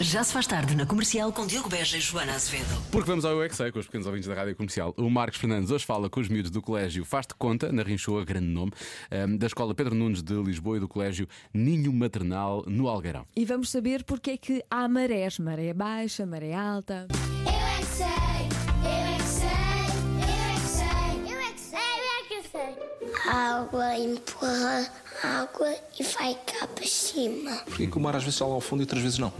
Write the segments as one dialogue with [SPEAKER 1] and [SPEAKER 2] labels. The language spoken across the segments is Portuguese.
[SPEAKER 1] Já se faz tarde na comercial com Diogo Beja e Joana Azevedo.
[SPEAKER 2] Porque vamos ao UXA com os pequenos ouvintes da rádio comercial. O Marcos Fernandes hoje fala com os miúdos do colégio Faz de Conta, na Rinchoa, grande nome, ehm, da escola Pedro Nunes de Lisboa e do colégio Ninho Maternal, no Algueirão.
[SPEAKER 3] E vamos saber porque é que há marés. Maré baixa, maré alta.
[SPEAKER 4] Eu é que sei, eu é que sei, eu é que sei, eu é que sei, eu é que sei, eu é que sei. A água empurra a água e vai cá para cima.
[SPEAKER 5] Porquê que o mar às vezes está lá ao fundo e outras vezes não?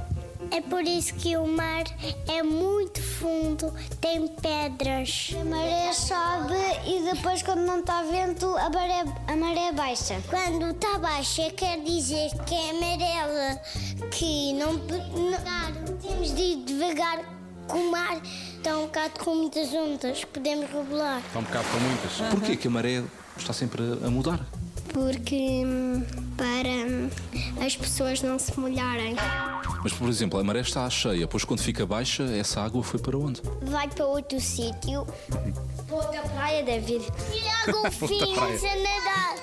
[SPEAKER 4] É por isso que o mar é muito fundo, tem pedras. A maré sobe e depois, quando não está vento, a maré, a maré baixa. Quando está baixa, quer dizer que é amarela, que não. não temos de ir devagar com o mar. Está um bocado com muitas ondas, podemos rebolar.
[SPEAKER 2] Está um bocado com muitas.
[SPEAKER 5] Porquê que a maré está sempre a mudar?
[SPEAKER 4] Porque hum, para as pessoas não se molharem.
[SPEAKER 5] Mas, por exemplo, a maré está cheia, pois quando fica baixa, essa água foi para onde?
[SPEAKER 4] Vai para outro sítio. Para outra praia, David. E logo fins a nadar.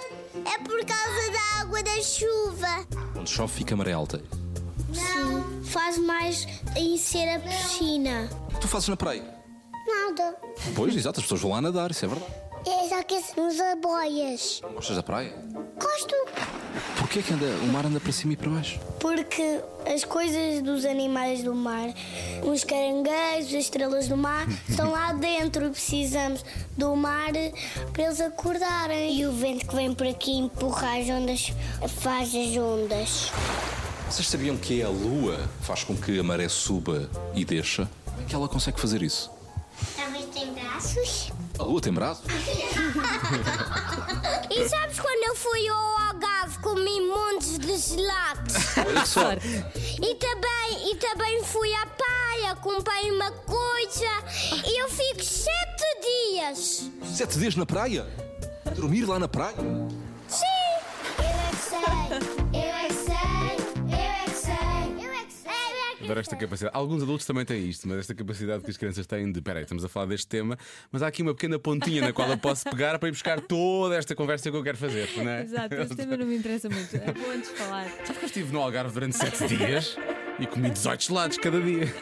[SPEAKER 4] É por causa da água da chuva.
[SPEAKER 5] Onde chove fica a maré alta.
[SPEAKER 4] Não. Faz mais em ser a piscina.
[SPEAKER 5] Tu fazes na praia?
[SPEAKER 4] Nada.
[SPEAKER 5] Pois, exato, as pessoas vão lá nadar, isso é verdade.
[SPEAKER 4] É só que usa boias.
[SPEAKER 5] Não Gostas da praia?
[SPEAKER 4] Gosto.
[SPEAKER 5] Porquê que anda- o mar anda para cima e para baixo?
[SPEAKER 4] Porque as coisas dos animais do mar, os caranguejos, as estrelas do mar, estão lá dentro. Precisamos do mar para eles acordarem. E o vento que vem por aqui empurra as ondas, faz as ondas.
[SPEAKER 5] Vocês sabiam que é a lua que faz com que a maré suba e desça? Como é que ela consegue fazer isso?
[SPEAKER 4] Talvez tem braços.
[SPEAKER 5] A lua tem braço?
[SPEAKER 4] E sabes quando eu fui ao Algarve comi montes de gelados?
[SPEAKER 5] Olha só!
[SPEAKER 4] E também, e também fui à praia, comprei uma coisa e eu fico sete dias.
[SPEAKER 5] Sete dias na praia? Dormir lá na praia?
[SPEAKER 4] Eu é que sei, eu é que sei, eu é que sei, eu é que sei.
[SPEAKER 2] Adoro esta capacidade. Alguns adultos também têm isto, mas esta capacidade que as crianças têm de. Peraí, estamos a falar deste tema, mas há aqui uma pequena pontinha na qual eu posso pegar para ir buscar toda esta conversa que eu quero fazer, não é?
[SPEAKER 3] Exato, este tema não me interessa muito. É bom antes falar.
[SPEAKER 2] Eu estive no Algarve durante sete dias e comi 18 gelados cada dia.